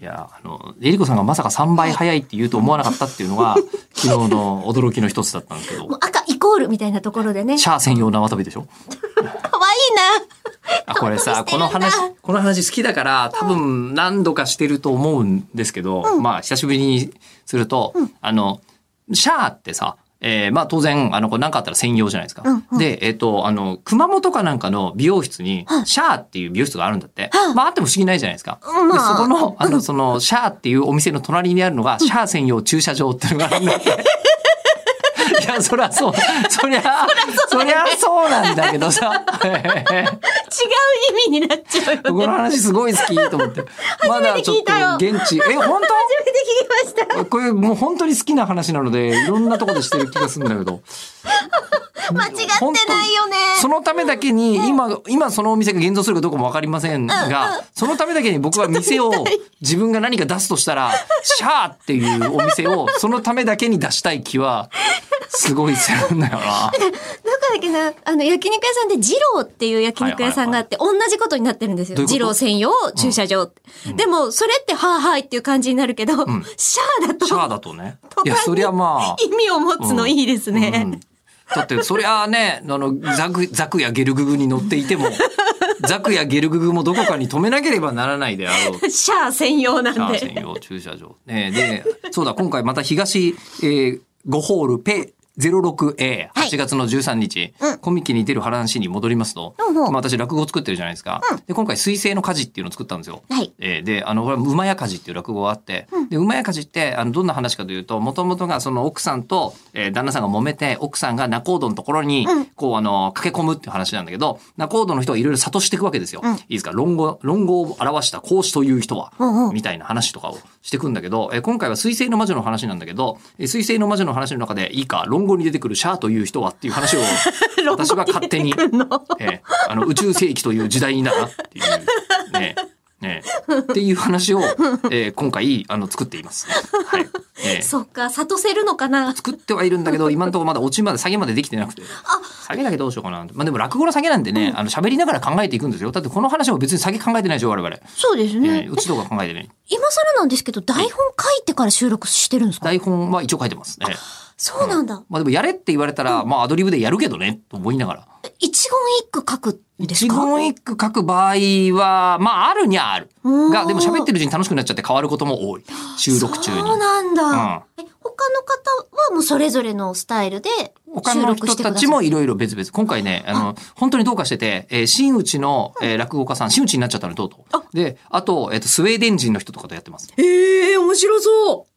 いや、あの、エリコさんがまさか3倍早いって言うと思わなかったっていうのが、昨日の驚きの一つだったんですけどもう、赤イコールみたいなところでね。シャア専用縄跳びでしょかわいいあ、これさ、この話、この話好きだから、多分何度かしてると思うんですけど、まあ、久しぶりにすると、あの、シャアってさ、えーまあ当然、あの、これ何かあったら専用じゃないですか。うんうんで、えっ、と、あの、熊本かなんかの美容室に、シャアっていう美容室があるんだって。まああっても不思議ないじゃないですか。うんでそこの、あの、その、シャアっていうお店の隣にあるのが、シャア専用駐車場っていうのがあるんだ って。いや、そりゃそう。そりゃ、そりゃそうなんだけどさ。な違う意味になっちゃうよね。この話すごい好きと思って。まだちょっと現地、え、本初めて聞きました。当これもう 本当に好きな話なので、いろんなとこでしてる気がするんだけど、間違ってないよね。そのためだけに、今、今そのお店が現像するかどうかもわかりませんが、そのためだけに僕は店を、自分が何か出すとしたら、シャーっていうお店を、そのためだけに出したい気は、すごいするんだよな。どこだっけな、あの、焼肉屋さんで、二郎っていう焼肉屋さんがあって、同じことになってるんですよ。どういうこと二郎専用駐車場って。でも、それって、はあはいっていう感じになるけど、んシャーだと、シャーだとね。途端いや、そりゃまあ。意味を持つのいいですね。うんだってそりゃあねあのザクザクやゲルググに乗っていてもザクやゲルググもどこかに止めなければならないであろう。シャー専用なシャんー専で。用駐車場。ねで、そうだ、今回また東、えー、5ホールペ 06A、はい8月の13日、うんコミケに出る話に戻りますと、うんうんまあ私落語を作ってるじゃないですか。で、今回、水星の火事っていうのを作ったんですよ。はい。えーで、あの、これは馬屋火事っていう落語があって、で、馬屋火事って、あの、どんな話かというと、もともとがその奥さんと、えー旦那さんが揉めて、奥さんが仲人のところに、こう、あの、駆け込むっていう話なんだけど、仲人の人はいろいろ諭していくわけですよ。うんいいですか、論語、論語を表した孔子という人は、うんうんみたいな話とかをしていくんだけど、えー今回は水星の魔女の話なんだけど、えー水星の魔女の話の中で、いいか、論語に出てくるシャーという人はっていう 話を、私は勝手に、ええあの宇宙世紀という時代になるなっていうね。ねっていう話を、えー今回あの作っています。はいね そっか、悟せるのかな。作ってはいるんだけど今のところまだ落ちまで下げまでできてなくて下げだけどうしようかなまあでも落語の下げなんでね、あの喋りながら考えていくんですよだってこの話も別に下げ考えてないでしょ我々、そうですね、ね。うちとか考えてない今更なんですけど、台本書いてから収録してるんですか台本は一応書いてますねそうなんだ。まあでもやれって言われたら、まあアドリブでやるけどねと思いながら一言一句書くんです一か言一句書く場合はまああるにはあるうんがでも喋ってるうちに楽しくなっちゃって変わることも多い収録中にそうなんだ。うえ他の方はもうそれぞれのスタイルで他収の録人してください。たちもいろいろ別々。今回ね、あの、本当にどうかしてて、えー新内の、えー落語家さん、新内になっちゃったの、とうとう。で、あと、えっ、と、スウェーデン人の人とかとやってます。ええ面白そう。